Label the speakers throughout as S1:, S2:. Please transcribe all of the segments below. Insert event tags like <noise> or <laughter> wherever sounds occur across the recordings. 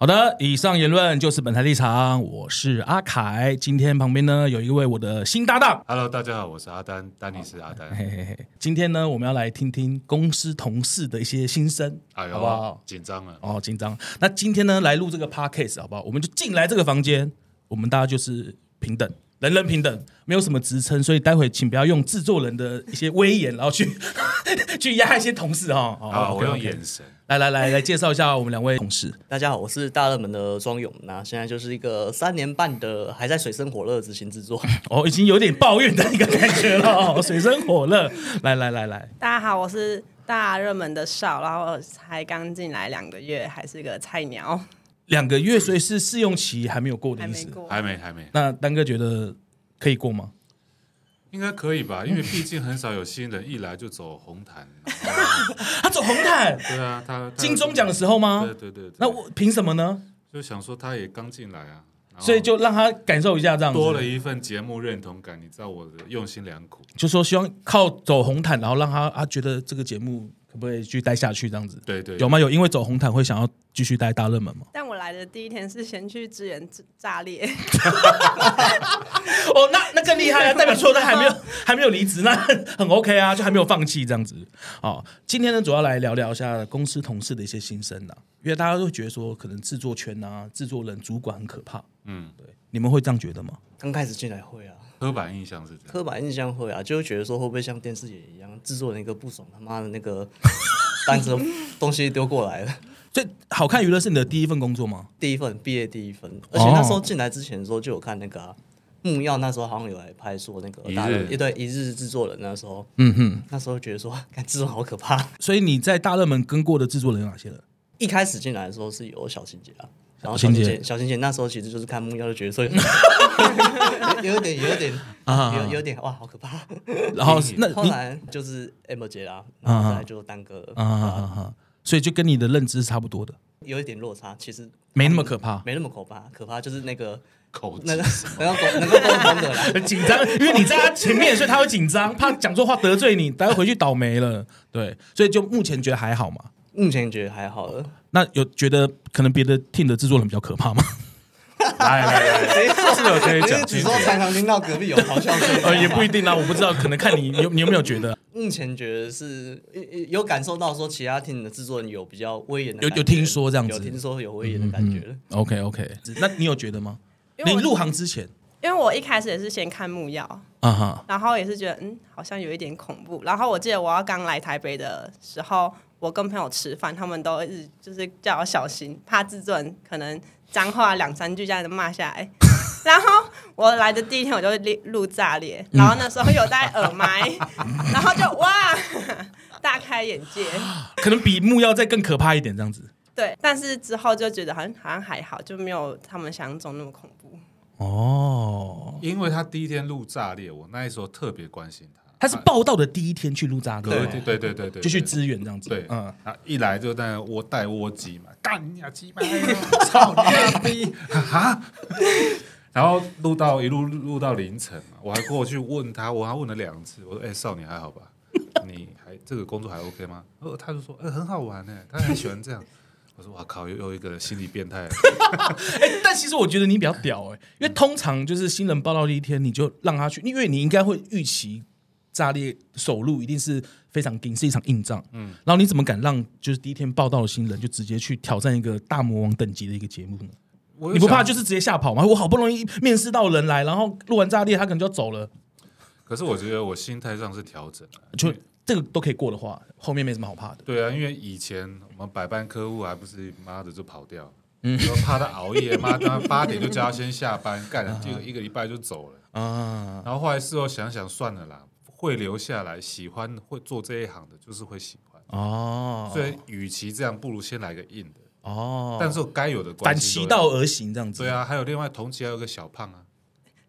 S1: 好的，以上言论就是本台立场，我是阿凯。今天旁边呢有一位我的新搭档，
S2: Hello，大家好，我是阿丹，丹尼是阿丹。
S1: 哦嘿嘿嘿。今天呢我们要来听听公司同事的一些心声，
S2: 哎
S1: 好不好
S2: 呦，？紧张了，
S1: 哦，紧张。那今天呢来录这个 podcast 好不好？我们就进来这个房间，我们大家就是平等。人人平等，没有什么职称，所以待会请不要用制作人的一些威严，然后去 <laughs> 去压一些同事哈。哦
S2: 好，我
S1: OK，OK
S2: 用眼神。
S1: 来来来来介绍一下我们两位同事。
S3: 大家好，我是大热门的庄勇，那现在就是一个三年半的还在水深火热的执行制作。 <laughs>
S1: 哦，已经有点抱怨的一个感觉了、哦，水深火热。来来来来，
S4: 大家好，我是大热门的少，然后才刚进来两个月，还是个菜鸟，
S1: 两个月所以是试用期还没有过的
S4: 还
S1: 意
S4: 没
S1: 思。
S4: 过。
S2: 还没，还没，
S1: 那丹哥觉得可以过吗？
S2: 应该可以吧？因为毕竟很少有新人 <laughs> 一来就走红毯。然后
S1: 他走红毯
S2: 对啊，他他
S1: <laughs> 金钟奖的时候吗
S2: 对？对对，对
S1: 那我凭什么呢？
S2: 就想说他也刚进来啊，然后
S1: 所以就让他感受一下这样子，
S2: 多了一份节目认同感。你知道我的用心良苦，
S1: 就说希望靠走红毯，然后让他他觉得这个节目可不可以继续待下去这样子。
S2: 对对，
S1: 有吗？有因为走红毯会想要继续待大热门吗？
S4: 但我来的第一天是先去支援炸炸裂，
S1: 哦，那那更厉
S3: <laughs>
S1: 害啊！代表说他还没有还没有离职，那很 OK 啊，就还没有放弃这样子。哦，今天呢，主要来聊聊一下公司同事的一些心声啦，因为大家都会觉得说，可能制作圈啊、制作人、主管很可怕，
S2: 嗯，
S1: 你们会这样觉得吗？
S3: 刚开始进来会啊，
S2: 刻板印象是
S1: <laughs>
S2: 这样。
S3: 刻板印象会啊，就会觉得说会不会像电视也一样，制作人一个不爽，他妈的那个 <laughs> 单子东西丢过来了。
S1: 所以，好看娱乐是你的第一份工作吗？
S3: 第一份毕业第一份，而且那时候进来之前的时候就有看那个、啊、木曜，那时候好像有来拍说那个
S2: 一
S3: 大热
S2: 日
S3: 对一日制作人那时候，
S1: 嗯哼，
S3: 那时候觉得说， <laughs> 看制作人好可怕。
S1: 所以你在大热门跟过的制作人有哪些人？
S3: 一开始进来的时候是有小情节啊，然后
S1: 小
S3: 小
S1: 情
S3: 情
S1: 节
S3: 节小情节那时候其实就是看木曜就觉
S1: <laughs>
S3: 得说有有有点有点
S1: 啊
S3: 有有点哇好可怕。
S1: 然后那
S3: 后
S1: 你啊
S3: 来就是 M 姐啦，然后再来就耽搁了，
S1: 啊啊啊！所以就跟你的认知是差不多的，
S3: 有一点落差，其实
S1: 没那么可怕。
S3: 没那么可怕，可怕就是
S1: <laughs>
S3: 那个
S2: 口
S3: <laughs>
S2: 技
S3: 那个能够沟能够沟通的啦。
S1: 很 <laughs> 紧张，因为你在他前面，所以他会紧张，怕讲错话得罪你，待会回去倒霉了。对，所以就目前觉得还好嘛。
S3: 目前觉得还好了，
S1: 那有觉得可能别的 team 的制作人比较可怕吗？，
S2: 来来来，这个可以
S3: 其实
S2: 讲
S3: 只
S2: 清
S3: 是
S2: 楚
S3: 说。常常听到隔壁有咆哮声
S1: <laughs> 呃，也不一。定啦，我不知道，可能看你有你有没有觉得
S3: <laughs> 目前觉得是有有感受到说其他 team 的制作人有比较威严的
S1: 有
S3: 感觉，
S1: 有听说这样子
S3: 有听说有威严的感觉了。
S1: OK OK，那你有觉得吗？
S4: 因
S1: 你
S4: 为我
S1: 入行之前
S4: 因为我一开始也是先看木曜，
S1: 啊哈，
S4: 然后也是觉得嗯好像有一点恐怖。然后我记得我要刚来台北的时候，我跟朋友吃饭，他们都一直就是叫我小心，怕制作人可能脏话两三句这样子骂下来。 <laughs> 然后我来的第一天我就录录炸裂，然后那时候有戴耳麦，然后就哇大开眼界。
S1: 可能比木曜再更可怕一点这样子。
S4: 对，但是之后就觉得好像好像还好，就没有他们想象中那么恐怖。
S1: 哦，
S2: 因为他第一天录炸裂，我那时候特别关心他。
S1: 他是报道的第一天去录扎哥，
S2: 对对对对对对，
S1: 就去支援这样子。
S2: 对，
S1: 嗯
S2: 嗯，，啊，一来就在那窝带窝
S1: <laughs>
S2: 鸡嘛，干你啊鸡巴，操你妈逼，哈，然后录到一路录到凌晨嘛，我还过去问他，我还问了两次，我说，哎、少年还好吧？ <laughs> 你还这个工作还 OK 吗？呃，他就说，呃，很好玩呢、他很喜欢这样。 <laughs> 我说，哇靠，又又一个心理变态，
S1: 哎，但其实我觉得你比较屌哎、因为通常就是新人报道第一天，你就让他去，因为你应该会预期炸裂首录一定是非常硬，是一场硬仗。嗯，然后你怎么敢让就是第一天报道的新人就直接去挑战一个大魔王等级的一个节目呢？
S2: 我
S1: 你不怕
S2: 想
S1: 就是直接吓跑吗？我好不容易面试到人来，然后录完炸裂他可能就要走了，
S2: 可是我觉得我心态上是调整了。
S1: 就这个都可以过的话，后面没什么好怕的。
S2: 对啊，因为以前我们百般客户还不是妈的就跑掉，说怕他熬夜， <laughs> 妈他八点就叫他先下班，干了就一个礼拜就走了。
S1: 啊，
S2: 然后后来事后想想，算了啦，会留下来，喜欢会做这一行的，就是会喜欢。
S1: 哦，
S2: 所以，与其这样，不如先来个硬的。
S1: 哦，
S2: 但是我该有的关
S1: 反
S2: 系
S1: 其
S2: 都
S1: 道
S2: 有
S1: 而行这样子。
S2: 对啊，还有另外同期还有个小胖啊，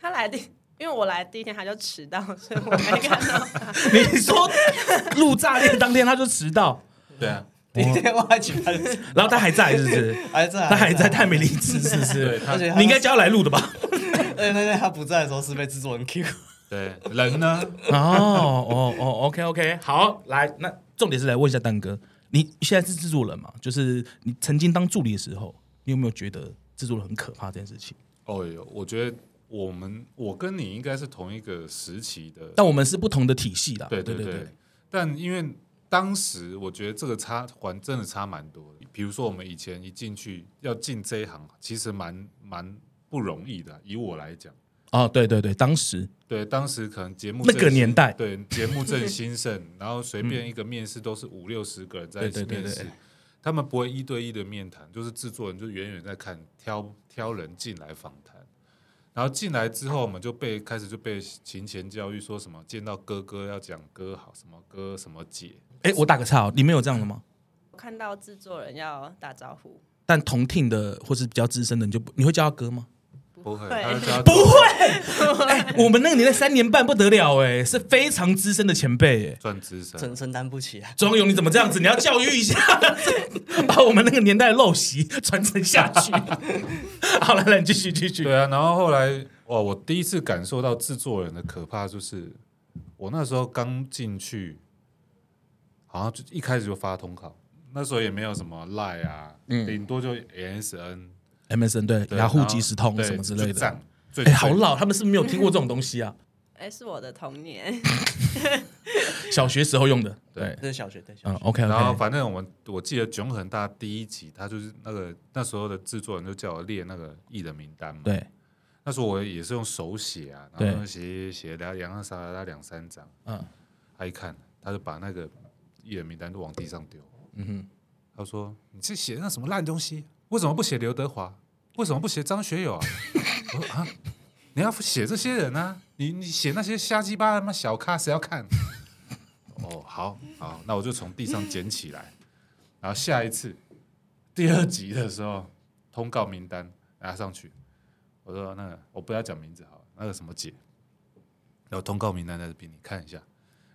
S4: 他来第，因为我来第一天他就迟到，所以我没看到他。
S1: 你说 <laughs> 录炸裂当天他就迟到，
S2: 对啊，
S3: <laughs> 第一天我还请他，
S1: <laughs> 然后他还在是不 <laughs> 是？
S3: 还在，
S1: 他还在，他还没离职是不
S2: 对啊
S1: 是？
S2: 他
S3: 而且他
S1: 你应该叫他来录的吧？
S3: 而且那天他不在的时候是被制作
S1: <laughs>
S3: 人 Q，
S2: 对人呢，
S1: 哦哦 <laughs> 哦，OK OK，好，来，那重点是来问一下蛋哥，你现在是制作人嘛？就是你曾经当助理的时候，你有没有觉得制作人很可怕这件事情？
S2: 哦哟，我觉得我们我跟你应该是同一个时期的，
S1: 但我们是不同的体系啦。
S2: 对
S1: 对
S2: 对
S1: 对，
S2: 但因为当时我觉得这个差还真的差蛮多的。比如说我们以前一进去要进这一行，其实蛮蛮不容易的。以我来讲，
S1: 啊，对对对，当时
S2: 对当时可能节目
S1: 那个
S2: 正兴
S1: 年代
S2: 对节目正兴
S1: <laughs>
S2: 盛，然后随便一个面试都是五六十个人在一起
S1: 对对对
S2: 面试
S1: 对。
S2: 他们不会一对一的面谈，就是制作人就远远在看挑挑人进来访谈，然后进来之后，我们就被开始就被勤前教育，说什么见到哥哥要讲哥好，什么哥什么姐，
S1: 哎，我打个岔哦，你们有这样的吗？
S4: 我看到制作人要打招呼，
S1: 但同听的或是比较资深的，你就不你会叫他哥吗？
S2: 不会，
S4: 会
S1: <laughs>
S2: 他就叫
S1: 不会，哎，我们那个年代三年半不得了，哎，是非常资深的前辈，哎。
S2: 赚资深
S3: 承。承担不起啊。
S1: 庄勇，你怎么这样子？你要教育一下， <laughs> 把我们那个年代的陋习传承下 <laughs> 去。好了，来你继续继续。
S2: 对啊，然后后来哇，我第一次感受到制作人的可怕，就是我那时候刚进去，好像就一开始就发通告，那时候也没有什么 Line 啊，
S1: 嗯
S2: 顶多就 ASN，
S1: MSN 对，
S2: 对
S1: 雅虎
S2: 然后
S1: 即时通
S2: 对
S1: 什么之类
S2: 就
S1: 的
S2: 赞。最
S1: 哎，好
S2: 最
S1: 老，他们是不是没有听过这种东西啊？
S4: <laughs> 哎、是我的童年，
S1: 小学时候用的，对，
S3: 这是小学，对小
S1: 嗯
S3: 学，
S1: ，OK
S2: 然后
S1: OK，
S2: 反正我们我记得《囧很大》第一集，他就是那个那时候的制作人就叫我列那个艺人名单嘛。
S1: 对，
S2: 那时候我也是用手写啊，
S1: 对
S2: 然后写写两两三大概两三张，
S1: 嗯
S2: 他一看，他就把那个艺人名单就往地上丢。
S1: 嗯哼，
S2: 他说：“你这写那什么烂东西？为什么不写刘德华？为什么不写张学友啊？” <laughs> 我说：“啊，你要写这些人啊，你你写那些瞎鸡巴他妈小咖，谁要看？” <laughs> 哦，好好，那我就从地上捡起来，然后下一次第二集的时候，通告名单拿上去，我说：“那个我不要讲名字好了，那个什么姐，然后通告名单在这边，你看一下。”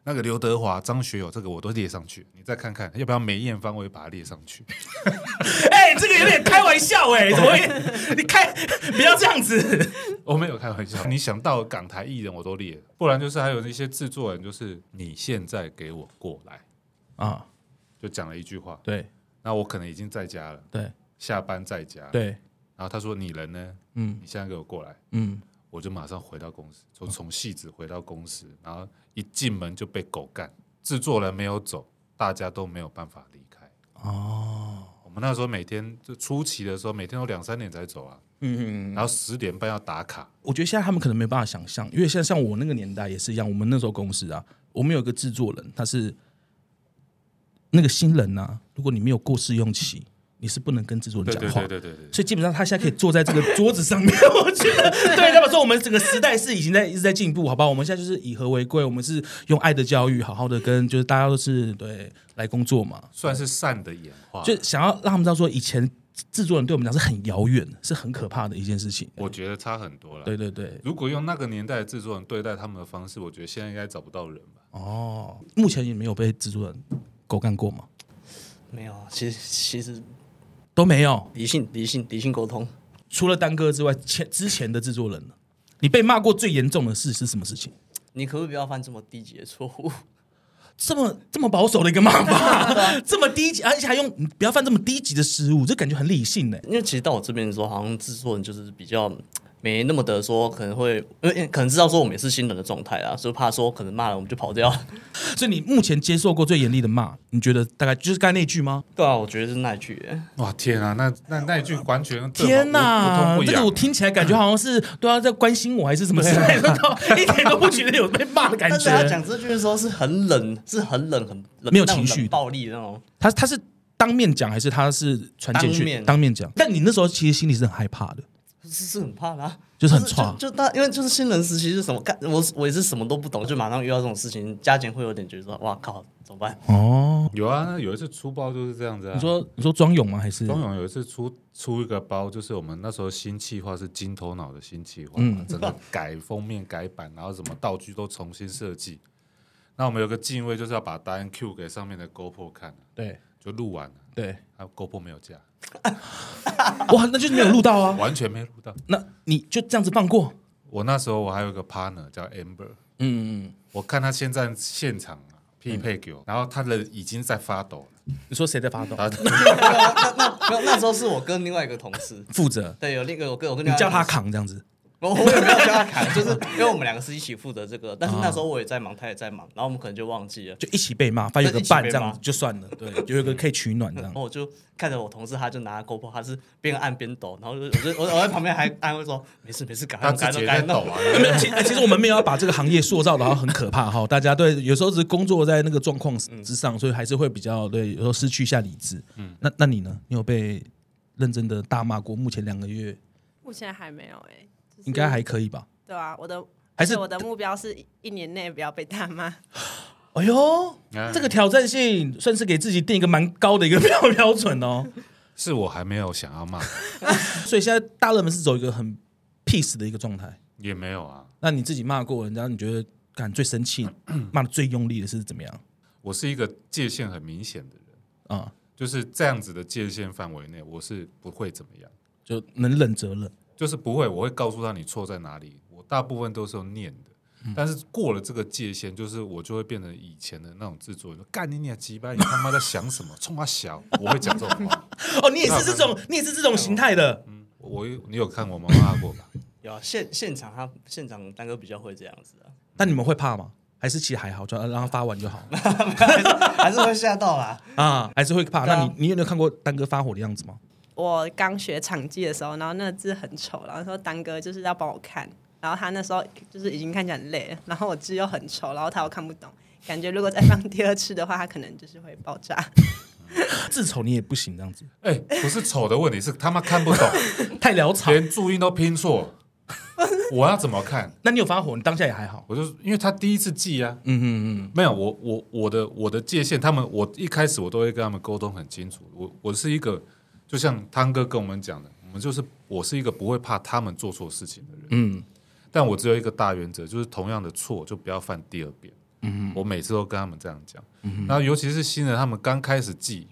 S2: 那个刘德华、张学友，这个我都列上去，你再看看要不要梅艳芳，我也把它列上去。 <laughs>
S1: 哎，这个有点开玩笑 <laughs> 哎，怎么会？你开 <laughs> 不要这样子，
S2: 我没有开玩笑，你想到港台艺人我都列了，不然就是还有那些制作人，就是你现在给我过来，
S1: 啊，
S2: 就讲了一句话。
S1: 对
S2: 那我可能已经在家了，
S1: 对
S2: 下班在家。，
S1: 对，
S2: 然后他说你人呢？
S1: 嗯
S2: 你现在给我过来，
S1: 嗯，
S2: 我就马上回到公司，从从戏子回到公司，然后一进门就被狗干，制作人没有走，大家都没有办法离开。
S1: 哦，
S2: 我们那时候每天就初期的时候，每天都两三点才走啊，
S1: 嗯嗯，
S2: 然后十点半要打卡。
S1: 我觉得现在他们可能没办法想象，因为现在像我那个年代也是一样，我们那时候公司啊，我们有一个制作人，他是那个新人啊，如果你没有过试用期，你是不能跟制作人
S2: 对
S1: 讲
S2: 对
S1: 话
S2: 对对对对。
S1: 所以基本上他现在可以坐在这个桌子上面，我觉得 <laughs> 对他们说，我们整个时代是已经在一直在进步，好吧？我们现在就是以和为贵，我们是用爱的教育，好好的跟就是大家都是对来工作嘛，
S2: 算是善的演化。
S1: 就想要让他们知道说，以前制作人对我们讲是很遥远，是很可怕的一件事情。
S2: 我觉得差很多了。
S1: 对对对，
S2: 如果用那个年代的制作人对待他们的方式，我觉得现在应该找不到人吧。
S1: 哦，目前也没有被制作人狗干过吗？
S3: 没有，啊其实其实
S1: 都没有，
S3: 理性理性理性沟通，
S1: 除了丹哥之外，前之前的制作人呢？你被骂过最严重的事是什么事情？
S3: 你可不可以不要犯这么低级的错误？ <laughs>
S1: 这么这么保守的一个骂法，这么低级，而且还用你不要犯这么低级的失误，这感觉很理性呢。
S3: 因为其实到我这边的时候，好像制作人就是比较嗯没那么的说，可能会因为可能知道说我们也是新人的状态啊啦，所以怕说可能骂了我们 <laughs> 就跑掉。
S1: 所以你目前接受过最严厉的骂，你觉得大概就是刚才那句吗？
S3: 对啊，我觉得是那一句耶，
S2: 哇天啊，那那那一句完全
S1: 天
S2: 哪，
S1: 哪
S2: 不，痛不
S1: 这个我啊
S2: 痒。
S1: 听起来感觉好像是都要在关心我还是什么之类的，都 <laughs> 一点都不觉得有被骂的感
S3: 但是他
S1: 觉。
S3: 讲这句的时候是很冷，是很冷，很冷
S1: 没有
S3: 那种
S1: 情绪
S3: 冷暴力的那种。
S1: 他他是当面讲还是他是传简
S3: 当
S1: 讯？
S3: 面
S1: 当面讲。但你那时候其实心里是很害怕的，
S3: 是是很怕啦、
S1: 就是很
S3: 就
S1: 差
S3: 就大，因为就是新人时期是什么干，我我也是什么都不懂，就马上遇到这种事情，加减会有点觉得说，哇靠，怎么办？
S1: 哦。
S2: 有啊，那有一次出包就是这样子啊。
S1: 你说你说庄勇吗？还是
S2: 钟勇有一次出出一个包，就是我们那时候新企划是金头脑的新企划，
S1: 嗯
S2: 整个改封面、改版，然后什么道具都重新设计。那我们有个敬畏，就是要把答案 Q 给上面的 GoPro 看，啊
S1: 对
S2: 就录完了，
S1: 对？
S2: 啊 GoPro 没有加，
S1: 哇，那就是没有录到
S3: <laughs>
S1: 啊。
S2: 完全没录到。
S1: 那你就这样子放过？
S2: 我那时候我还有一个 partner 叫 Amber，
S1: 嗯嗯嗯。嗯
S2: 我看他现在现场啊，匹配给我，然后他人已经在发抖了，
S1: 你说谁在发抖？ <laughs>
S2: 然后
S3: 那那没有，那时候是我跟另外一个同事，
S1: 负责，
S3: 对，有啊另一个我跟我跟
S1: 你
S3: 另外一个
S1: 叫他
S3: 同事，
S1: 扛这样子。
S3: 我我也没有叫他砍，就是因为我们两个是一起负责这个，但是那时候我也在忙，他也在忙，然后我们可能就忘记了。
S1: 就一起被骂，发现有个
S3: 一起被
S1: 伴
S3: 骂
S1: 这样子就算了，对，有一个可以取暖这样
S3: 然。后我就看着我同事，他就拿 GoPro，他是边按边抖，然后就我就我我在旁边还安慰说没事没事，赶
S2: 他
S3: 快弄赶
S2: 自
S3: 快
S2: 己
S3: 弄
S2: 也在
S3: 赶
S1: <laughs>
S2: 抖啊，
S3: 快弄。
S1: 没有，其哎其实我们没有要把这个行业塑造的很可怕哈，大家对有时候只是工作在那个状况之上，所以还是会比较对，有时候失去一下理智。嗯，那那你呢？你有被认真的大骂过？目前两个月
S4: 目前还没有哎、就是
S1: 应该还可以吧？
S4: 对啊，我的
S1: 还是
S4: 我的目标是一年内不要被大骂。
S1: 哎呦
S2: 啊，
S1: 这个挑战性算是给自己定一个蛮高的一个标标准哦。
S2: 是我还没有想要骂，
S1: <laughs> 所以现在大热门是走一个很 peace 的一个状态。
S2: 也没有啊。
S1: 那你自己骂过人家，你觉得感最生 <clears throat> 气、骂的最用力的是怎么样
S2: 我是一个界限很明显的人，
S1: 啊？
S2: 就是这样子的界限范围内，我是不会怎么样，
S1: 就能忍则忍。
S2: 就是不会，我会告诉他你错在哪里。我大部分都是用念的，但是过了这个界限，就是我就会变成以前的那种制作人，说干你娘鸡巴，你他妈在想什么？冲他小，我会讲这种话。
S1: 哦，你也是这种，你也是这种形态的。
S2: 我你有看我妈妈过吧？
S3: 有啊现现场他现场丹哥比较会这样子啊，
S1: 那你们会怕吗？还是其实还好，就让他发完就好
S3: 还是会吓到啦。
S1: <laughs> 啊？还是会怕？
S3: 对啊
S1: 那你你有没有看过丹哥发火的样子吗？
S4: 我刚学场记的时候，然后那个字很丑，然后说丹哥就是要帮我看，然后他那时候就是已经看起来很累了，然后我字又很丑，然后他又看不懂，感觉如果再放第二次的话，他可能就是会爆炸。
S1: 自丑你也不行，这样子
S2: 哎、不是丑的问题，是他妈看不懂，
S1: 太潦草。
S2: 连注音都拼错，我要怎么看？
S1: 那你有发火，你当下也还好。
S2: 我就因为他第一次记啊，嗯嗯嗯，没有我我我的我的界限，他们我一开始我都会跟他们沟通很清楚，我我是一个就像汤哥跟我们讲的，我们就是我是一个不会怕他们做错事情的人，
S1: 嗯，
S2: 但我只有一个大原则，就是同样的错就不要犯第二遍，嗯我每次都跟他们这样讲，
S1: 嗯
S2: 然后尤其是新人，他们刚开始记，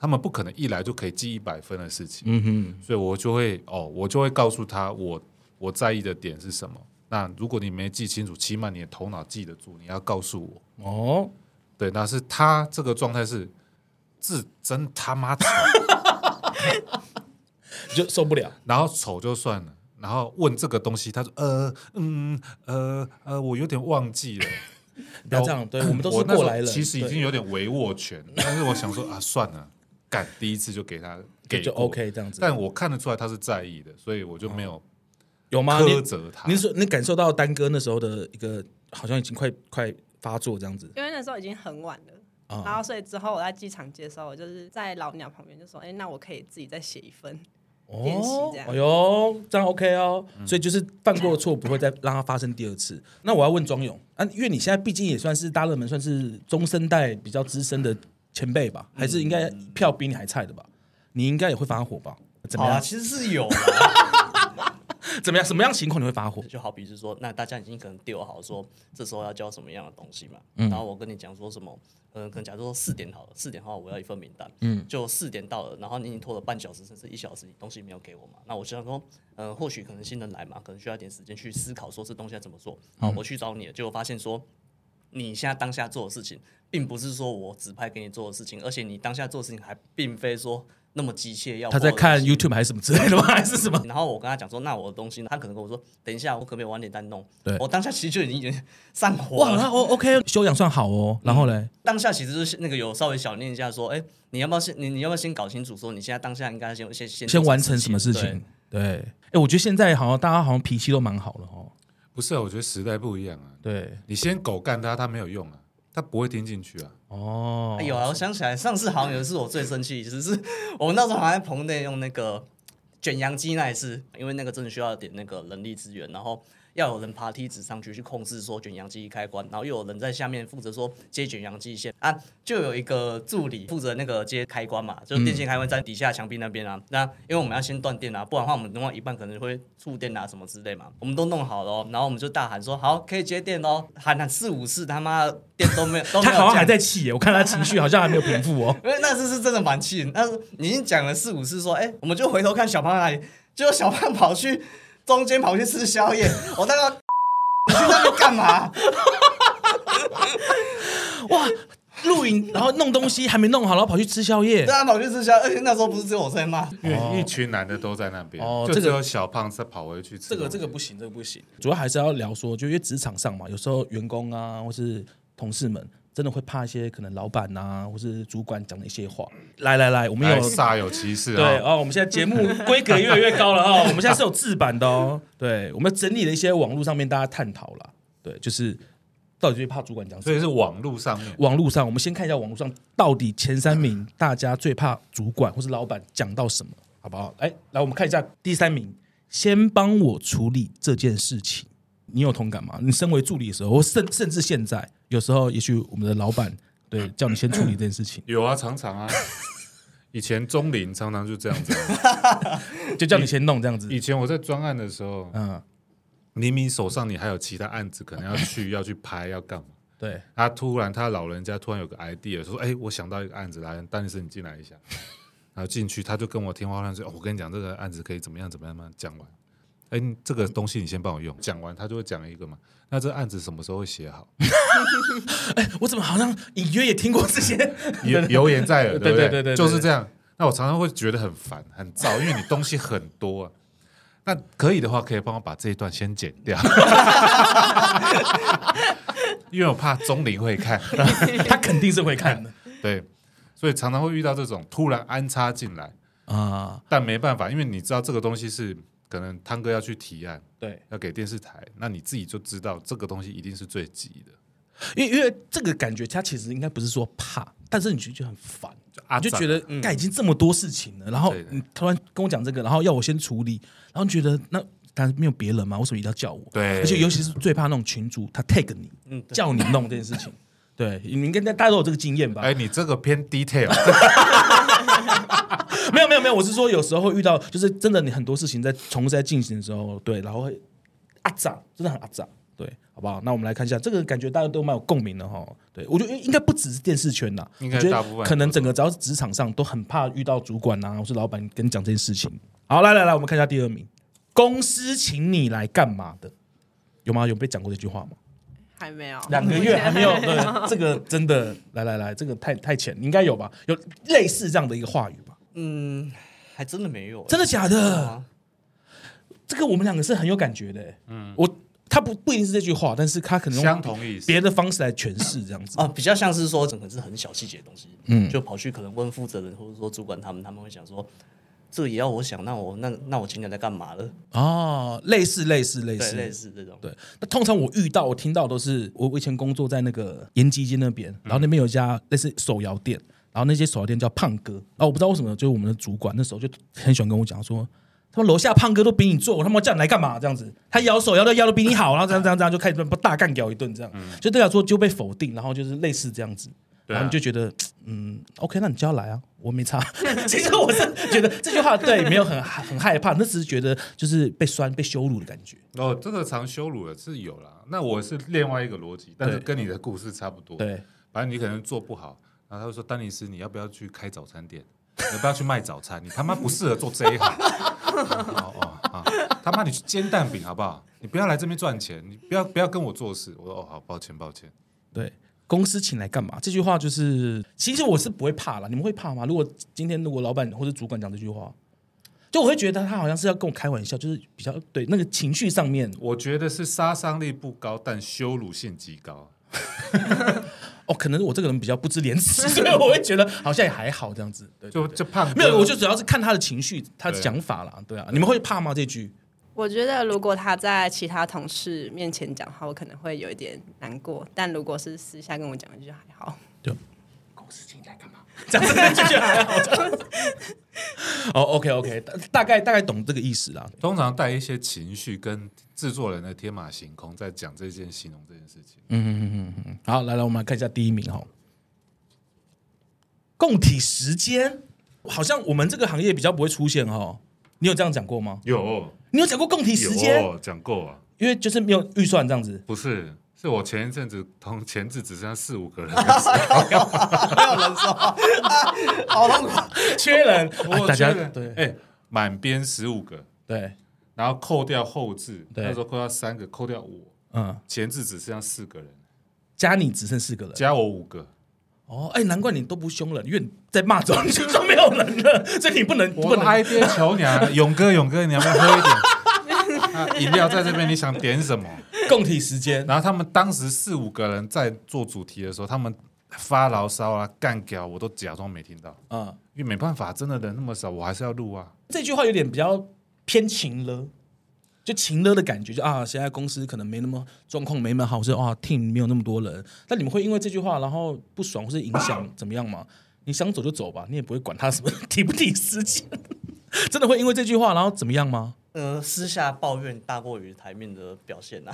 S2: 他们不可能一来就可以记一百分的事情，
S1: 嗯哼，
S2: 所以我就会哦，我就会告诉他我我在意的点是什么。那如果你没记清楚，起码你的头脑记得住，你要告诉我。
S1: 哦，
S2: 对，那是他这个状态是字真他妈丑，
S1: 你就受不了。
S2: 然后丑就算了，然后问这个东西，他说呃嗯呃呃，我有点忘记了。
S1: <laughs> 不要这样，对我们都是
S2: 我那时
S1: 过
S2: 候
S1: 来人，
S2: 其实已
S1: 对
S2: 经有点唯握拳，但是我想说啊，算了，干第一次就给他
S1: 就
S2: 给
S1: 就
S2: 过
S1: OK 这样子。
S2: 但我看得出来他是在意的，所以我就没有
S1: 有吗？
S2: 苛
S1: 你
S2: 责他。
S1: 你说你感受到丹哥那时候的一个好像已经快快发作这样子
S4: <laughs> 因为那时候已经很晚了。
S1: 啊
S4: 然后，所以之后我在机场接的时候，我就是在老鸟旁边就说：“哎、那我可以自己再写一份。练习这样
S1: 哎呦，这样 OK 哦。所以就是犯过的错不会再让它发生第二次。那我要问庄勇啊，因为你现在毕竟也算是大热门，算是中生代比较资深的前辈吧，还是应该票比你还菜的吧？你应该也会发火吧？怎么
S3: 好啊啦，
S1: 样？
S3: 其实是有啦，
S1: <laughs> 怎么样？什么样情况你会发火？
S3: 就好比是说，那大家已经可能丢好说，这时候要教什么样的东西嘛。
S1: 嗯
S3: 然后我跟你讲说什么，嗯，可能假如说四点好了，四点好了我要一份名单，嗯，就四点到了，然后你已经拖了半小时甚至一小时，你东西没有给我嘛，那我就想说，嗯，或许可能新人来嘛，可能需要一点时间去思考说这东西要怎么做。
S1: 嗯
S3: 好，我去找你了，结果发现说。你现在当下做的事情，并不是说我指派给你做的事情，而且你当下做的事情还并非说那么急切要。
S1: 他在看 YouTube 还是什么之类的吗？ <laughs> 还是什么？
S3: 然后我跟他讲说，那我的东西呢，他可能跟我说，等一下，我可不可以晚点再弄？
S1: 对
S3: 我当下其实就已经有点 <laughs> 上火
S1: 哇，
S3: 了。
S1: 那 O OK，修养算好哦。然后嘞，
S3: 当下其实就是那个有稍微小念一下说，哎，你要不要先你你要不要先搞清楚说，你现在当下应该先先先
S1: 先
S3: 先
S1: 完成什么事情？对，哎，我觉得现在好像大家好像脾气都蛮好了哦。
S2: 不是啊，我觉得时代不一样啊。
S1: 对，
S2: 你先狗干他，他没有用啊，他不会听进去啊。
S1: 哦，
S3: 哎呦，我想起来，上次好像有一次我最生气，其实是我们那时候好像在棚内用那个卷羊机那一次，因为那个真的需要点那个人力资源，然后要有人爬梯子上去去控制说卷羊机开关，然后又有人在下面负责说接卷羊机线啊，就有一个助理负责那个接开关嘛，就是电线开关在底下墙壁那边啊。那因为我们要先断电啊，不然的话我们弄到一半可能会触电啊什么之类嘛。我们都弄好了、哦，然后我们就大喊说好可以接电喽，喊喊四五次他妈的电都没有，都没
S1: 他
S3: 有
S1: 好像还
S3: 降
S1: 在气耶，我看他情绪好 <laughs> 像还没有平复哦。
S3: 因为那次是真的蛮气人，那时候你已经讲了四五次说，哎、我们就回头看小胖那里，结果小胖跑去中间跑去吃 <laughs> 宵夜，我大概你去那边干嘛？
S1: 哇，录影然后弄东西还没弄好，然后跑去吃宵夜
S3: 对。啊，跑去吃宵，而且那时候不是只有我在骂，
S2: 因为一群男的都在那边，
S1: 哦
S2: 就
S1: 这
S2: 只
S1: 个
S2: 有小胖子跑回去吃
S1: 这
S2: 东西。
S1: 个这个不行，这个不行。主要还是要聊说，就因为职场上嘛，有时候员工啊，或是同事们，真的会怕一些可能老板啊，或是主管讲的一些话。来来来，我们
S2: 哎
S1: 有
S2: 煞有其事
S1: 对
S2: 啊！
S1: 哦，我们现在节目规格越来越高了哦，我们现在是有制版的哦。对，我们整理了一些网络上面大家探讨啦，对，就是到底最怕主管讲什
S2: 所
S1: 么。
S2: 以是网络上面，
S1: 网络上，我们先看一下网络上到底前三名大家最怕主管或是老板讲到什么，好不好？哎，来我们看一下第三名，先帮我处理这件事情，你有同感吗？你身为助理的时候，或甚甚至现在，有时候也许我们的老板对叫你先处理这件事情，
S2: 有啊，常常
S1: <laughs>
S2: 啊。以前钟林常常就这样子啊、
S1: 就叫你先弄这样子，
S2: 以前我在专案的时候，
S1: 嗯，
S2: 明明手上你还有其他案子，可能要去要去拍要干嘛，
S1: 对，
S2: 他突然他老人家突然有个 idea 说，哎、我想到一个案子来，丹尼斯你进来一下，然后进去他就跟我天花乱坠、哦，我跟你讲这个案子可以怎么样怎么样怎么样讲完，哎、你这个东西你先帮我用，讲完他就会讲一个嘛，那这案子什么时候会写好？
S1: 我怎么好像隐约也听过这些？
S2: 油油盐在耳，
S1: 对
S2: 对不
S1: 对
S2: 对
S1: 对对对
S2: 就是这样。那我常常会觉得很烦很燥，因为你东西很多、啊。那可以的话，可以帮我把这一段先剪掉，因为我怕钟林会看。
S1: 他肯定是会看的
S2: 对，所以常常会遇到这种突然安插进来，
S1: 啊，
S2: 但没办法，因为你知道这个东西是可能汤哥要去提案，
S1: 对，
S2: 要给电视台，那你自己就知道这个东西一定是最急的。
S1: 因为因为这个感觉，他其实应该不是说怕，但是你就觉得很烦，
S2: 阿
S1: 你就
S2: 展嗯
S1: 觉得干已经这么多事情了，然后
S2: 对的
S1: 你突然跟我讲这个，然后要我先处理，然后你觉得那当然没有别人嘛，为什么一定要叫我？
S2: 对
S1: 而且尤其是最怕那种群主他 tag 你，
S3: 嗯，对
S1: 叫你弄这件事情，对，你应该大家都有这个经验吧？
S2: 哎，你这个偏 detail，
S1: <laughs> 没有没有没有，我是说有时候会遇到，就是真的你很多事情在同时在进行的时候，对，然后会阿长，真的很阿长，对，好不好？那我们来看一下，这个感觉大家都蛮有共鸣的哈。对我觉得应该不只是电视圈呐，
S2: 应该
S1: 我觉得
S2: 大部分
S1: 可能整个只要是职场上都很怕遇到主管啊呐、或是老板跟你讲这件事情。好，来来来，我们看一下第二名，公司请你来干嘛的？有吗？有被讲过这句话吗？
S4: 还没有
S1: 两个月还没有， <laughs> 对，这个真的，来来来，这个太太浅，你应该有吧？有类似这样的一个话语吧？
S3: 嗯，还真的没有欸，
S1: 真的假的？
S3: 啊
S1: 这个我们两个是很有感觉的、嗯，我他不不一定是这句话，但是他可能
S2: 相
S1: 用
S2: 同意思。
S1: 别的方式来诠释这样子。
S3: 啊，比较像是说，可能是很小细节的东西，
S1: 嗯
S3: 嗯，就跑去可能问负责人或者说主管他们，他们会想说，这个也要我想，那我那那我今天在干嘛了？
S1: 哦，类似类似类
S3: 对，
S1: 似
S3: 类似这种，
S1: 对，那通常我遇到我听到都是我我以前工作在那个延吉街那边，然后那边有一家类似手摇店，然后那些手摇店叫胖哥，然后我不知道为什么，就是我们的主管那时候就很喜欢跟我讲说。他们楼下胖哥都比你做，我他妈叫你来干嘛？这样子，他摇手摇的摇的比你好，然后这样这样这样就开始大干屌一顿，这样、就对他说就被否定，然后就是类似这样子，
S2: 嗯对啊
S1: 然后你就觉得嗯，OK，那你就要来啊，我没差。 <laughs> 其实我是觉得这句话对没有很很害怕，那只是觉得就是被酸被羞辱的感觉。
S2: 哦，这个常羞辱的是有啦。那我是另外一个逻辑，但是
S1: 对
S2: 跟你的故事差不多。，
S1: 对，
S2: 反正你可能做不好，然后他会说：“丹尼斯，你要不要去开早餐店？你要不要去卖早餐？你他妈不适合做这一行。哦”哦哦啊，他妈你去煎蛋饼好不好？你不要来这边赚钱，你不要不要跟我做事。我说：“哦，好，抱歉，抱歉。
S1: 对，公司请来干嘛？这句话就是，其实我是不会怕啦。你们会怕吗？如果今天如果老板或者主管讲这句话，就我会觉得他好像是要跟我开玩笑，就是比较对那个情绪上面”。
S2: 我觉得是杀伤力不高，但羞辱性极高。
S1: 哦，可能我这个人比较不知廉耻， <laughs> 所以我会觉得好像也还好这样子。对，
S2: 就就胖哥
S1: 没有，我就主要是看他的情绪，他的讲法啦。对啊，你们会怕吗？这句？ <laughs>
S4: 我觉得如果他在其他同事面前讲话，我可能会有一点难过；但如果是私下跟我讲，就还好。
S1: 这样子的就觉得还好。这样子哦，OK OK，大大概大概懂这个意思啦。
S2: 通常带一些情绪跟制作人的天马行空，在讲这件形容这件事情。
S1: 好，来来，我们来看一下第一名哈、供体时间，好像我们这个行业比较不会出现哈、你有这样讲过吗？
S2: 有
S1: 你有讲过供体时间，
S2: 有讲过啊。
S1: 因为就是没有预算这样子。
S2: 不是，是我前一阵子同前置只剩下四五个人的
S1: <laughs>
S2: 时候，
S3: 没有人说，啊好痛苦，
S1: <laughs> 缺 <laughs> 人，
S2: 我
S1: 哎大家
S2: 觉得
S1: 对
S2: 哎，满编十五个，
S1: 对，
S2: 然后扣掉后置，
S1: 对
S2: 那时候扣掉三个，扣掉我，
S1: 嗯，
S2: 前置只剩下四个人，
S1: 加你只剩四个人。
S2: 加我五个，
S1: 哦，哎、难怪你都不凶人，因为你在骂中你就说没有人了，所以你不能不
S2: 我
S1: 能。
S2: 哀爹求你
S1: <laughs>
S2: 啊，勇哥，勇哥，你要不要喝一点？ <laughs> 啊，饮料在这边，你想点什么？
S1: 共体时间，
S2: 然后他们当时四五个人在做主题的时候，他们发牢骚啊、干屌，我都假装没听到，
S1: 啊、
S2: 因为没办法，真的人那么少，我还是要录啊。
S1: 这句话有点比较偏情了，就情了的感觉，就啊，现在公司可能没那么状况没那么好，是啊，team 没有那么多人。但你们会因为这句话然后不爽或是影响怎么样吗？你想走就走吧，你也不会管他什么 <laughs> 提不提时间，真的会因为这句话然后怎么样吗？
S3: <laughs> 呃，私下抱怨大过于台面的表现啊。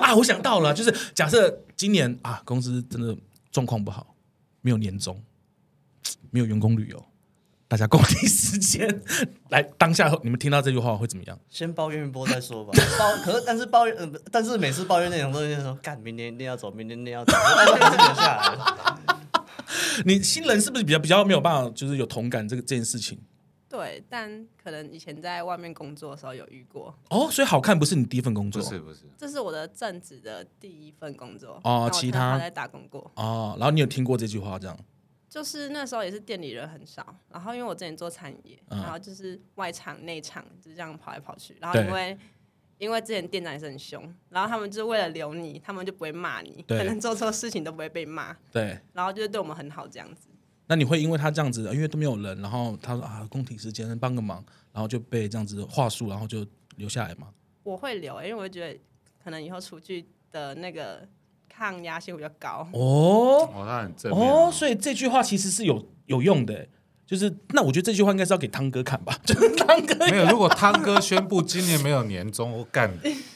S1: 啊，我想到了，就是假设今年啊，公司真的状况不好，没有年终，没有员工旅游，大家共体时间。 <laughs> 来，当下你们听到这句话会怎么样？
S3: 先抱怨一波再说吧。 <laughs> 抱，可是但是抱怨，呃，不但是每次抱怨那种东西的时候，干，明天一定要走，明天一定要走，但是还是留下来了。
S1: 你新人是不是比较比较没有办法，就是有同感这个这件事情？
S4: 对，但可能以前在外面工作的时候有遇过，
S1: 哦，所以好看不是你第一份工
S2: 不
S1: 作，
S2: 是不是，
S4: 这是我的正职的第一份工作
S1: 哦
S4: 然后我
S1: 其
S4: 看到
S1: 他
S4: 他在打工过，
S1: 哦。然后你有听过这句话这样？
S4: 就是那时候也是店里人很少，然后因为我之前做餐饮业，
S1: 嗯
S4: 然后就是外场内场就这样跑来跑去，然后因为因为之前店长也是很凶，然后他们就是为了留你，他们就不会骂你，
S1: 对
S4: 可能做错事情都不会被骂，
S1: 对。
S4: 然后就是对我们很好这样子。
S1: 那你会因为他这样子，啊因为都没有人，然后他说啊，工体时间帮个忙，然后就被这样子话术，然后就留下来嘛。
S4: 我会留，欸因为我会觉得可能以后出去的那个抗压性会比较高。
S1: 哦，
S2: 哦，他很正面啊
S1: 哦，所以这句话其实是有有用的欸，就是那我觉得这句话应该是要给汤哥看吧， <laughs> 就是汤哥
S2: 没有，如果汤哥宣布今年没有年终，我干，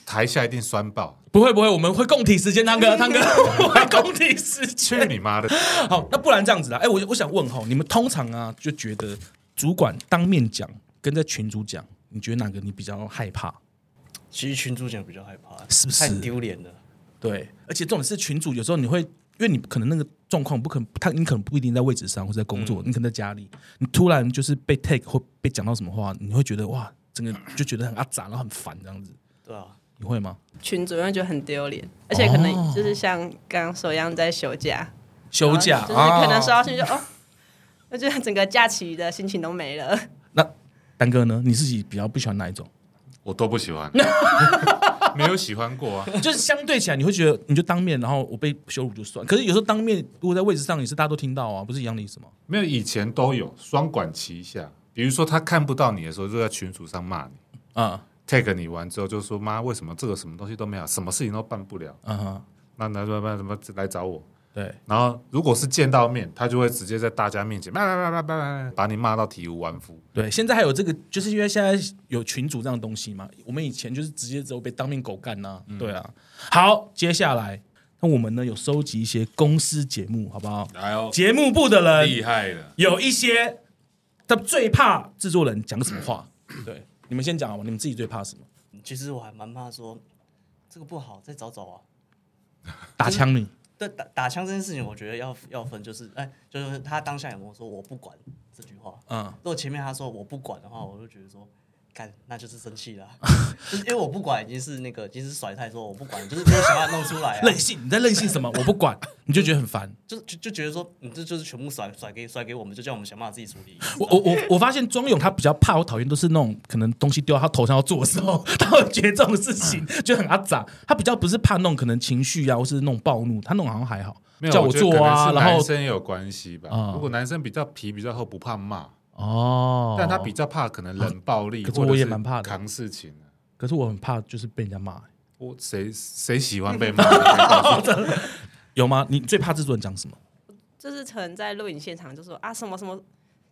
S2: 台下一定酸爆，
S1: 不会不会，我们会共体时间，汤哥汤哥我 <laughs> 们会共体时
S2: 去
S1: 间。
S2: 你妈的！
S1: 好，那不然这样子啦，哎，我我想问哈，你们通常啊就觉得主管当面讲跟在群主讲，你觉得哪个你比较害怕？
S3: <laughs> 其实群主讲比较害怕，
S1: 是不是
S3: 太丢脸了。
S1: 对，而且重点是群主有时候你会，因为你可能那个状况不可能，他你可能不一定在位置上或者在工作，你可能在家里，你突然就是被 take 或被讲到什么话，你会觉得哇，整个就觉得很阿杂，然后很烦这样子，
S3: 对啊，
S1: 你会吗？
S4: 群主会觉得很丢脸，而且可能就是像刚刚说一样在休假，
S1: 哦休假
S4: 啊
S1: 啊
S4: 就是可能收到信息就哦，我觉得整个假期的心情都没了。
S1: 那丹哥呢？你自己比较不喜欢哪一种？
S2: 我都不喜欢， <laughs> 没有喜欢过啊。
S1: <laughs> 就是相对起来，你会觉得你就当面，然后我被羞辱就算。可是有时候当面，如果在位置上也是大家都听到啊，不是一样的意思吗？
S2: 没有，以前都有双管齐下。比如说他看不到你的时候，就在群组上骂你
S1: 啊、
S2: ，tag 你完之后就说妈，为什么这个什么东西都没有，什么事情都办不了？
S1: 嗯哼，
S2: 那那那那什么来找我？
S1: 对，
S2: 然后如果是见到面，他就会直接在大家面前叭叭叭叭叭叭把你骂到体无完肤。
S1: 对，现在还有这个，就是因为现在有群主这样的东西嘛。我们以前就是直接只有被当面狗干呐、对啊。好，接下来那我们呢有收集一些公司节目，好不好？
S2: 哎呦，
S1: 节目部的人
S2: 害了！
S1: 有一些，他最怕制作人讲什么话。对，你们先讲好吧，你们自己最怕什么？
S3: 其实我还蛮怕说这个不好，再找找啊。
S1: 打枪你
S3: 对打打枪这件事情，我觉得要要分，就是哎，就是他当下有没有说我不管这句话。
S1: 嗯，
S3: 如果前面他说我不管的话，我就觉得说，干那就是生气 <laughs> 了啊、就是因为我不管已经是那个已经是甩太说我不管，就是没有想办法弄出 <laughs> 来、啊，
S1: 任性，你在任性什么？我不管，你就觉得很烦。
S3: 就就就觉得说嗯你这就是全部甩甩给甩给我们，就叫我们想办法自己处理。 <laughs>
S1: 我我我我发现庄勇他比较怕我讨厌都是那种可能东西丢到他头上要做的时候，他会觉得这种事情
S2: 嗯
S1: 就很阿杂。他比较不是怕那种可能情绪啊，或是那种暴怒，他那种好像还好
S2: 没，有，
S1: 叫
S2: 我觉得
S1: 做
S2: 可能
S1: 啊，
S2: 是
S1: 然
S2: 男
S1: 后
S2: 生也有关系吧。
S1: 啊
S2: 如果男生比较皮比较厚，不怕骂，
S1: 哦，
S2: 但他比，较怕可能冷暴力，
S1: 可是
S2: 或者
S1: 我也蛮怕的
S2: 扛事情的。
S1: 可是我很怕就是被人家骂、
S2: 我谁谁喜欢被骂？我告诉你
S1: <laughs> 有吗？你最怕制作人讲什么？
S4: 就是可能在录影现场就说啊什么什么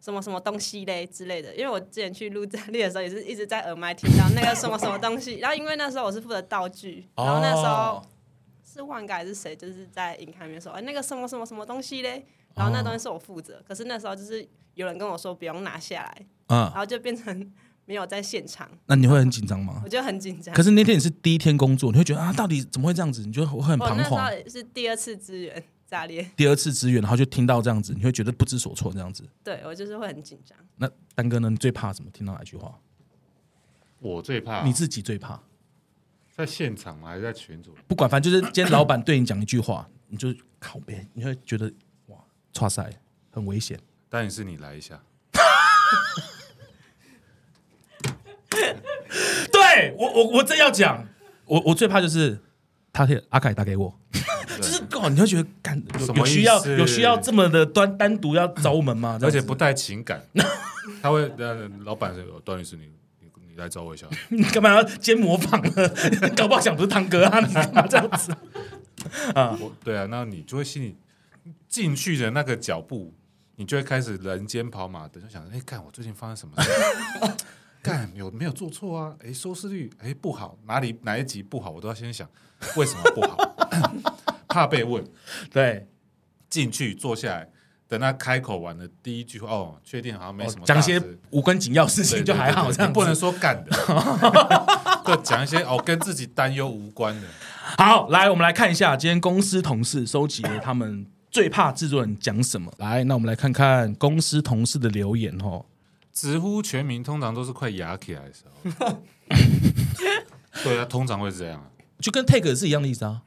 S4: 什么什么东西嘞之类的，因为我之前去录战 <laughs> 力的时候也是一直在耳麦听到那个什么什么东西，然后因为那时候我是负责道具，然后那时候
S1: 哦
S4: 是万改还是谁，就是在影刊里面说啊那个什么什么什么东西嘞，然后那东西是我负责，可是那时候就是有人跟我说不用拿下来，
S1: 嗯
S4: 然，后就变成 <laughs> 没有在现场，
S1: 那你会很紧张吗
S4: 我？就很紧张
S1: 可。是那天你是第一天工作，你会觉得啊，到底怎么会这样子？你就会很
S4: 我
S1: 彷
S4: 那时
S1: 徨
S4: 候。也是第二次支援 <laughs> 炸裂，
S1: 第二次支援，然后就听到这样子，你会觉得不知所措这样子。
S4: 对我就是会很紧张。
S1: 那丹哥呢？你最怕什么？听到哪一句话？
S2: 我最怕
S1: 你自己最怕？
S2: 在现场吗？还是在群组？
S1: <coughs> 不管，反正就是今天老板对你讲一句话，你就靠边，你会觉得哇，哇塞，很危险。
S2: 但也是你来一下，
S1: 对我我我真要讲，我我最怕就是他可以阿凯打给我，
S2: 对
S1: 就是哦，你会觉得干有
S2: 什么
S1: 有需要
S2: 意思
S1: 有需要这么的单单独要找我们吗？
S2: 而且
S1: 这样子
S2: 不带情感，他会呃，老板说段律师，你你你来找我一下，
S1: 你干嘛要先模仿呢？ <laughs> 搞不好想不是堂哥啊，你干嘛这样子？
S2: 我对啊，那你就会心里进去的那个脚步，你就会开始人间跑马灯，就想着，哎，干我最近发生什么事？ <laughs> 干有没有做错啊？哎，收视率哎不好，哪里哪一集不好，我都要先想为什么不好， <coughs> 怕被问。
S1: 对，
S2: 进去坐下来，等他开口完的第一句话，哦，确定好像没什么
S1: 讲
S2: 大
S1: 一
S2: 事，
S1: 些无关紧要事
S2: 对
S1: 情就还好，
S2: 对对对
S1: 这样
S2: 你不能
S1: 子
S2: 说干的， <laughs> 就讲一些哦跟自己担忧无关的。
S1: 好。来，我们来看一下今天公司同事收集了他们最怕制作人讲什么。来，那我们来看看公司同事的留言哦。
S2: 直呼全名通常都是快哑起来的时候， <laughs> 对啊，通常会是这样啊。
S1: 就跟 take 是一样的意思啊。